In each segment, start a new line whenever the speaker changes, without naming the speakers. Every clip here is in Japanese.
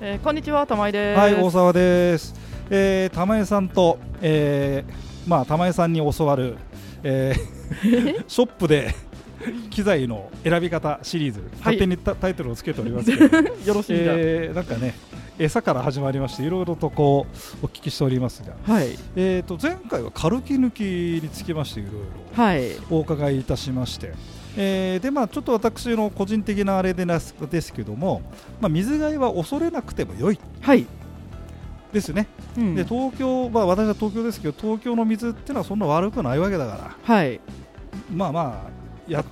えーこんにちは、玉井です。
はい、大沢です。えー、玉江さんと、えー、まあ玉江さんに教わる、え ーショップで機材の選び方シリーズ、勝手にタタイトルをつけております けど、
よろしいんだ。
えーなんかね、餌から始まりまして、いろいろとこうお聞きしておりますが、
はい。
えー、と前回は軽き抜きにつきましていろいろ
はい。
お伺いいたしまして、えーでまあ、ちょっと私の個人的なあれでなすですけども、まあ、水害は恐れなくても良い
はい。
ですね、
うん
で東京、まあ、私は東京ですけど東京の水ってのはそんな悪くないわけだから
はい。
まあまあや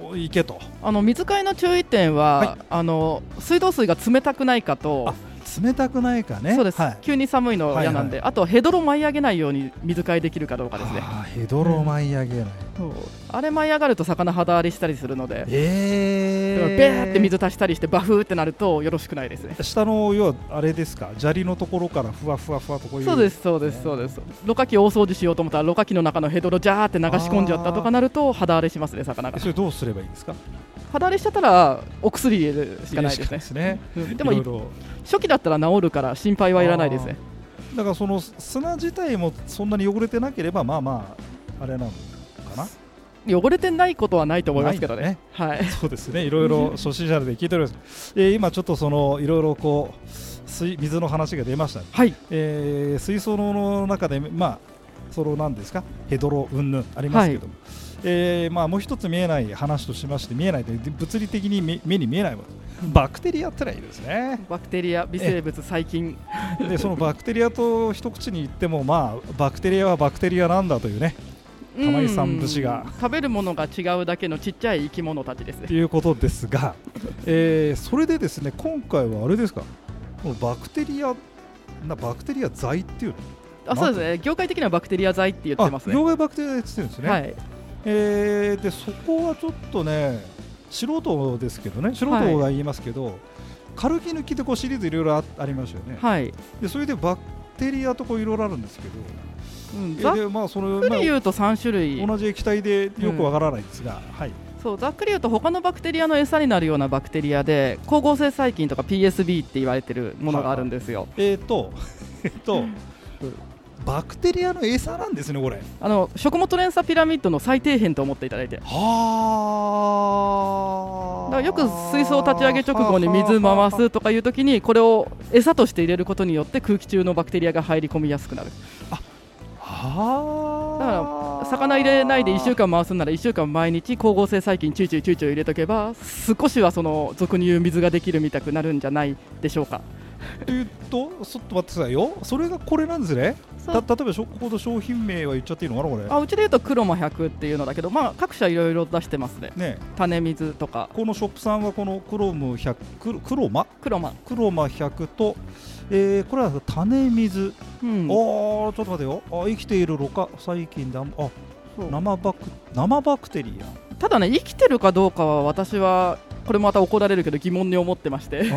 お行けと
あの水替えの注意点は、
はい
あの水道水が冷たくないかと
あ。冷たくないかね
そうです、
はい、
急に寒いの嫌なんで、
はい
あとヘドロ舞い上げないように水替えできるかどうかですね
あーヘドロ舞い上げない、
そうあれ舞い上がると魚肌荒れしたりするので、
え
だから
ー、
ベーって水足したりしてバフーってなるとよろしくないですね
下の要はあれですか砂利のところからふわふわふわとこういう
そうですそうですそうですろ過器大掃除しようと思ったらろ過器の中のヘドロジャーって流し込んじゃったとかなると肌荒れしますね魚が
えそれどうすればいいんですか
肌荒れしちゃったらお薬入れるしかないですね
しかないですね
うんで
で
も
も
い初期だったら治るから心配はいらないですね
だからその砂自体もそんなに汚れてなければまあまああれなのかな
汚れてないことはないと思いますけどね
ない
はい
そうですね、いろいろ初心者で聞いております。えー今ちょっとそのいろいろこう水水の話が出ました、ね。
はい
えー水槽の中でまあそのなんですかヘドロ云々ありますけども、えーまあもう一つ見えない話としまして見えないという物理的に目目に見えないもの、バクテリアってのはいいですね。
バクテリア微生物細菌
でそのバクテリアと一口に言ってもまあバクテリアはバクテリアなんだというね玉井さん節が
うん食べるものが違うだけのちっちゃい生き物たちです
と
ね
いうことですが、えーそれでですね今回はあれですかこのバクテリアなバクテリア剤っていうの
あそうですね業界的にはバクテリア剤って言ってます
あ
ね
病害バクテリア剤って言ってるんですね、
はい
えーでそこはちょっとね素人ですけどね素人が言いますけど、軽き抜きでこうシリーズいろいろあありましたよね、
はい
でそれでバクテリアとこういろいろあるんですけど
うん
え
ざっ
でまあそれ、
くり
ま
言うと3種類
あ同じ液体でよくわからないですが、はい
そうざっくり言うと他のバクテリアの餌になるようなバクテリアで光合成細菌とか PSB って言われてるものがあるんですよ、
えっ、と えっと、バクテリアの餌なんですねこれ
あの食物連鎖ピラミッドの最底辺と思っていただいて
はあ
だからよく水槽を立ち上げ直後に水回すとかいうときにこれを餌として入れることによって空気中のバクテリアが入り込みやすくなる
はあ
だから魚入れないで1週間回すんなら1週間毎日光合成細菌チューチューチューチュー入れとけば少しはその俗に言う水ができるみたくなるんじゃないでしょうか
というとちょっと待ってくださいよそれがこれなんですねた
そう
例えばしょここの商品名は言っちゃっていいのかなこれ
あうちで言うとクロマ100っていうのだけど、まあ、各社いろいろ出してますね
ね
種水とか
このショップさんはこのクロム100クロクロマ
クロマ、
クロマ100と、えーこれは種水、
うん
おーちょっと待てよあ生きているろ過細菌だあ
そう
生バク生バクテリア
ただね生きてるかどうかは私はこれまた怒られるけど疑問に思ってましてま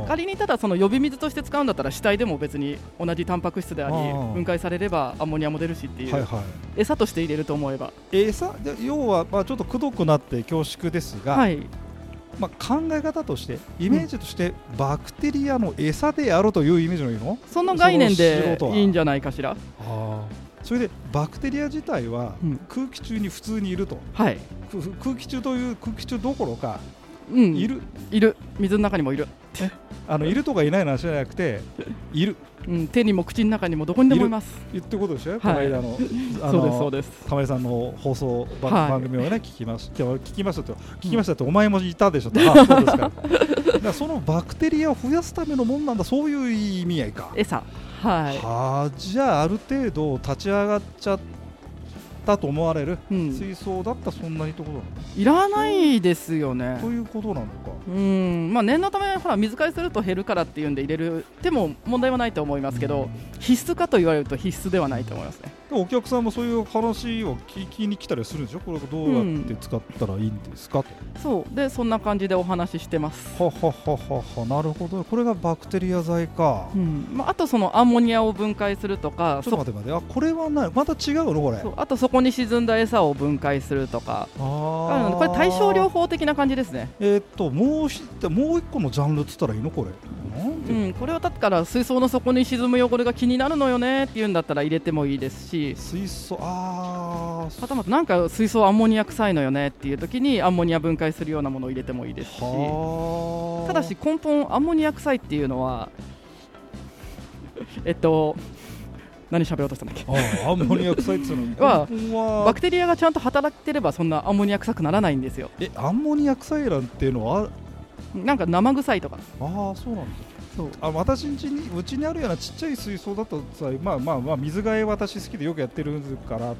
あ、
あ
仮にただその呼び水として使うんだったら死体でも別に同じタンパク質であり
あー
分解されればアンモニアも出るしってい
ー
う、
はいはい
餌として入れると思えば、
餌で要は、まあ、ちょっとくどくなって恐縮ですが、
はい、
まあ、考え方としてイメージとして、バクテリアの餌であるというイメージのいいの
その概念で
その素人はい
いんじゃないかしら、
それでバクテリア自体は
うん
空気中に普通にいると、
はい
く空気中という空気中どころか、
うん、
いる
いる水の中にもいる、
あのいるとかいないの話じゃなくている
うん、手にも口の中にもどこにでもいます
ってことでしょ、この
はい
間のあ
そうですそう
の
です
玉井さんの放送番,、
はい
組をね聞きました聞きましたと聞きましたって、お前もいたでしょとあそう ですかだからそのバクテリアを増やすためのもんなんだそういう意味合いか
餌はい
はあじゃあある程度立ち上がっちゃったと思われる、
うん
水槽だったらそんなにってことなの
いらないですよね
ということなのか
うんまあ、念のためほら水替えすると減るからっていうんで入れるでも問題はないと思いますけど必須かと言われると必須ではないと思いますね
でもお客さんもそういう話を聞きに来たりするんでしょこれどうやって使ったらいいんですかと、
そうでそんな感じでお話ししてます、
はははははなるほどこれがバクテリア剤か、
うんまあ、あとそのアンモニアを分解するとか
ちょっと
そ
待って待ってあこれはなまた違うのこれ
そうあとそこに沈んだ餌を分解するとかあ
あー
これ対症療法的な感じですね
えーっともうひもう一個のジャンルっつったらいいのこれなんって
う
いう、
ん、これはだから水槽の底に沈む汚れが気になるのよねっていうんだったら入れてもいいですし
水素あー
はたまたなんか水槽アンモニア臭いのよねっていう時にアンモニア分解するようなものを入れてもいいですし
はー
ただし根本アンモニア臭いっていうのは えっと何喋ろうとしたんだっけ
あーアンモニア臭いっつうの
は
本当は
バクテリアがちゃんと働いてればそんなアンモニア臭くならないんですよ
えアンモニア臭いなんていうのはあ
なんか生臭いとか
あーそうなんだ
そう
あ私んちにうちにあるようなちっちゃい水槽だとさまあまあまあ水替え私好きでよくやってるから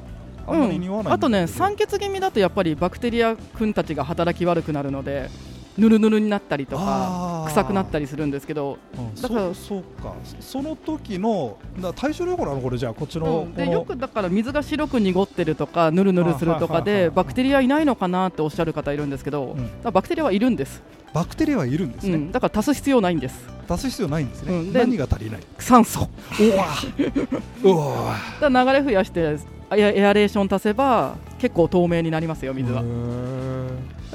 あんまり匂わないんだけど、
うん、あとね酸欠気味だとやっぱりバクテリア君たちが働き悪くなるのでぬるぬるになったりとか臭くなった
り、
りするんですけど、
うん
だから
そうそうかその時のだ対処療法なのこれじゃあこっち
う
の,、
ん、で
この
よくだから水が白く濁ってるとかぬるぬるするとか
あはいはい
で
はい
バクテリアいないのかなっておっしゃる方いるんですけど、
う
だ
ん
からバクテリアはいるんです、
バクテリアはいるんです
う
ね、
ん、だから足す必要ないんです
足す必要ないんですね、
うんで
何が足りないう
酸素
おわうわ
だから流れ増やしてエアエアレーション足せば結構透明になりますよ 水は
へ、ー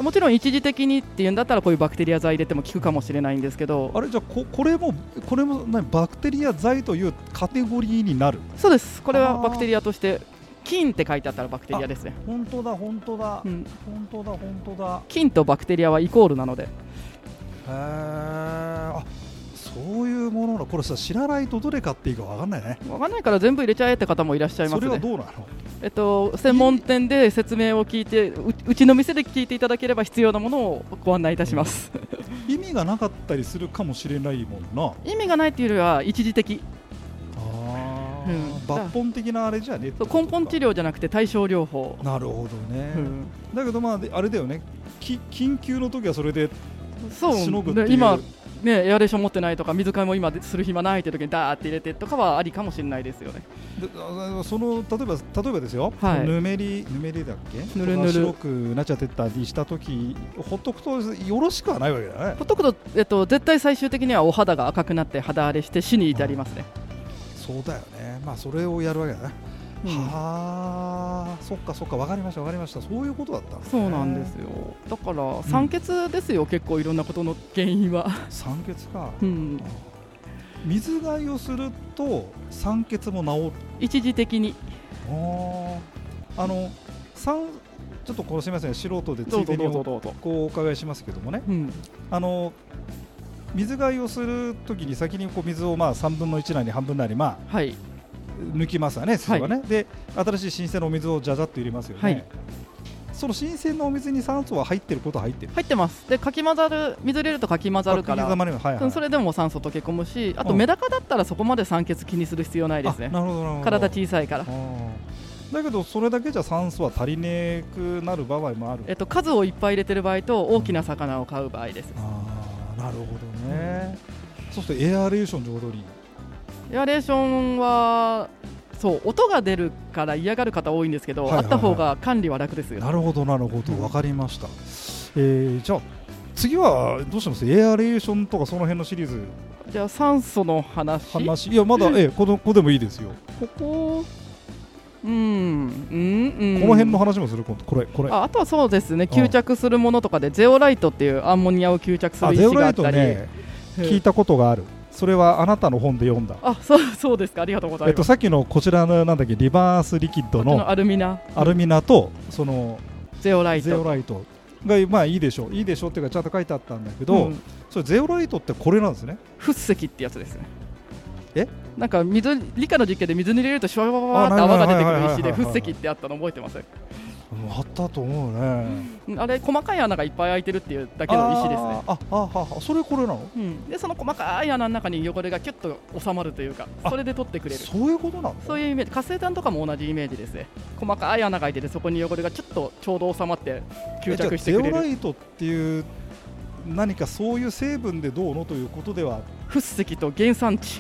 もちろん一時的にっていうんだったらこういうバクテリア剤入れても効くかもしれないんですけど
あれじゃあここれもこれも何バクテリア剤というカテゴリーになる
そうですこれ
あ
は
ー
バクテリアとして菌って書いてあったらバクテリアですね、
本当だ本当だ
うん、
本当だ本当だ
菌とバクテリアはイコールなので
へえあそういうものなのこれさ知らないとどれ買っていいかわかんないね
わかんないから全部入れちゃえって方もいらっしゃいま
そ
す
れは
ね
どうなの
えっと、専門店で説明を聞いてううちの店で聞いていただければ必要なものをご案内いたします、
意味がなかったりするかもしれないもんな
意味がないっていうよりは一時的
あ
ー
ー抜本的なあれじゃねえって
そう
ことか
根本治療じゃなくて対症療法、
なるほどね、
うん
だけどまあであれだよねき緊急の時はそれで
そう
しのぐっていう
ね今ねエアレーション持ってないとか水替えも今でする暇ないって時にダーって入れてとかはありかもしれないですよね
であその例えば例えばですよ、
はい
ぬめりぬめりだっけ
ぬるぬる
白くなっちゃってたりした時ほっとくとよろしくはないわけだね
ほっとくと、えっと、絶対最終的にはお肌が赤くなって肌荒れして死に至りますね、
そうだよねまあそれをやるわけだね、
うん
はあそっかそっかわかりましたわかりましたそういうことだったね
そうなんですよだから酸欠ですよ、結構いろんなことの原因は、
酸欠か、
うん
あ、水替えをすると酸欠も治る
一時的に
あーあの酸ちょっとこれすみません素人でつ
ど
いう
ぞ
でに
どうぞ
お
どうぞ、
こうお伺いしますけどもね
うん、
あの水替えをするときに先にこう水をまあ3分の1なり半分なりまあ
はい
抜きますよね、水はね、で新しい新鮮なお水をじゃじゃっと入れますよね、
はい
その新鮮なお水に酸素は入ってることは入ってる、
入ってますでかき混ざる水入れるとかき混ざるか
あ
ら
刻まれるはいはい、
それでも酸素溶け込むしあと
うん
メダカだったらそこまで酸欠気にする必要ないです
あ
ね
なるほどなるほど
体小さいから
あ、ーだけどそれだけじゃ酸素は足りねくなる場合もある
えっと、数をいっぱい入れてる場合と大きな魚を買う場合です
ああなるほどね、そうするとエアレーション浄土に
エアレーションはそう音が出るから嫌がる方多いんですけど、
はいはいはい
あった方が管理は楽ですよ
なるほどなるほど
うん
わかりました、えーじゃあ次はどうしますエアレーションとかその辺のシリーズ
じゃあ酸素の話
話いやまだ、えーこの子でもいいですよ、
ここうんうんうん
この辺の話もする今度これこれ
ああとはそうですね
うん
吸着するものとかでゼオライトっていうアンモニアを吸着す
あ
る
ゼオ
石が
ラ
あ
イ
っ
ト
たり、
ね
うん
聞いたことがあるそれはあなたの本で読んだ
あそうそうですかありがとうござい
え
ます、
っと、さっきのこちらのなんだっけリバースリキッ
こ
ド
っち
の
のアルミナ
アルミナとその
ゼオライト
ゼオライトがまあいいでしょういいでしょうっていうかちゃんと書いてあったんだけど、
うん
それゼオライトってこれなんですね
フッ石ってやつですね
え
なんか水理科の実験で水に入れるとシュワワワワーって
あ
泡
な
が出て
いない
く
はいはい
る
は
石
いはい
でフッ石ってあったの覚えてます
あったと思うね
あれ細かい穴がいっぱい開いてるっていうだけの石ですね
あーああああそれこれなの
うん、でその細かい穴の中に汚れがキュッと収まるというか
あ
それで取ってくれる
そういうことなの
そういうイメージ活性炭とかも同じイメージですね細かい穴が開いててそこに汚れがちょっとちょうど収まって吸着してくれ
えじゃあゼオラ
る
イトっていう何かそういう成分でどうのということでは
フッ石と原産地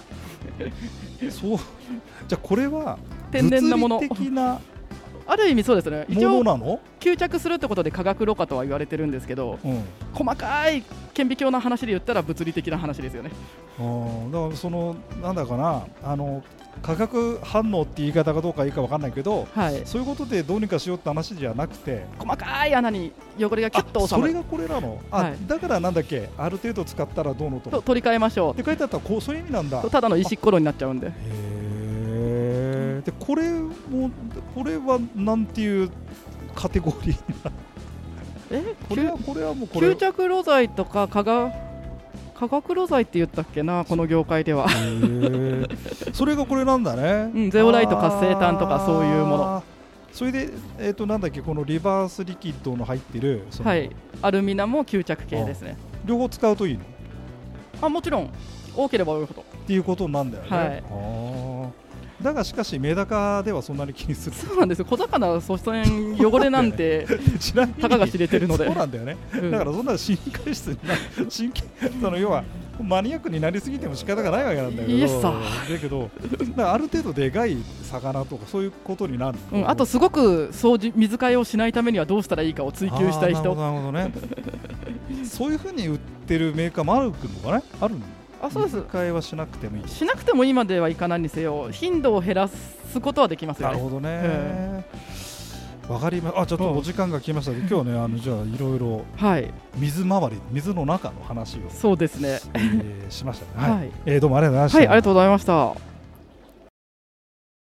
そう じゃあこれは
天然なもの
物理的な
ある意味そうですね 一
もの
応
なの、
吸着するってことで化学ろ過とは言われてるんですけど
うん、
細かい顕微鏡の話で言ったら物理的な話ですよね
うんだからそのなんだかなあの化学反応って言い方がどうかいいかわかんないけど
はい
そういうことでどうにかしようって話じゃなくて
細かい穴に汚れがキュッと
あ
収
そ
ま
れ
る
がこれなのあ、
はい
だからなんだっけある程度使ったらどうのと
と
っ
取り替えましょ
て書いてあったらこうそういう意味なんだ
うただの石ころになっちゃうんで
へえでこれもこれはなんていうカテゴリー
え
これはこれはもうこれ
吸着露剤とか化学化学露剤って言ったっけなこの業界では
へえそれがこれなんだね、
うんゼオライト活性炭とかそういうもの
あーそれで、えー、となんだっけこのリバースリキッドの入ってるその
はいアルミナも吸着系ですね
両方使うといいのっ
あもちろん多ければ多いほど
ていうことなんだよね、
はい
あーだがしかしメダカではそんなに気に する
そうなんですよ小魚粗線汚れなん て、
知らない
たかが知れてるので
そうなんだよね、
うん
だからそんな神経質 にな神経その要はマニアックになりすぎても仕方がないわけなんだけ
イエ
ど
スさ
だけどだからある程度でかい魚とかそういうことになる
うん、あとすごく掃除水替えをしないためにはどうしたらいいかを追求したい
あー
人あ
なるほどなるほどねそういうふうに売ってるメーカーもあるのかねあるの
そうで
入れ替えはしなくてもいい
すしなくても今ではいかないにせよ頻度を減らすことはできますよ
なる
ね
ほどねわかりまあちょっとお時間が来ましたので今日ねあのじゃあいろいろ
はい
水回り水の中の話を、
そうですね
えーしましたね
はい
えーどうもありがとうございました、
はいありがとうございました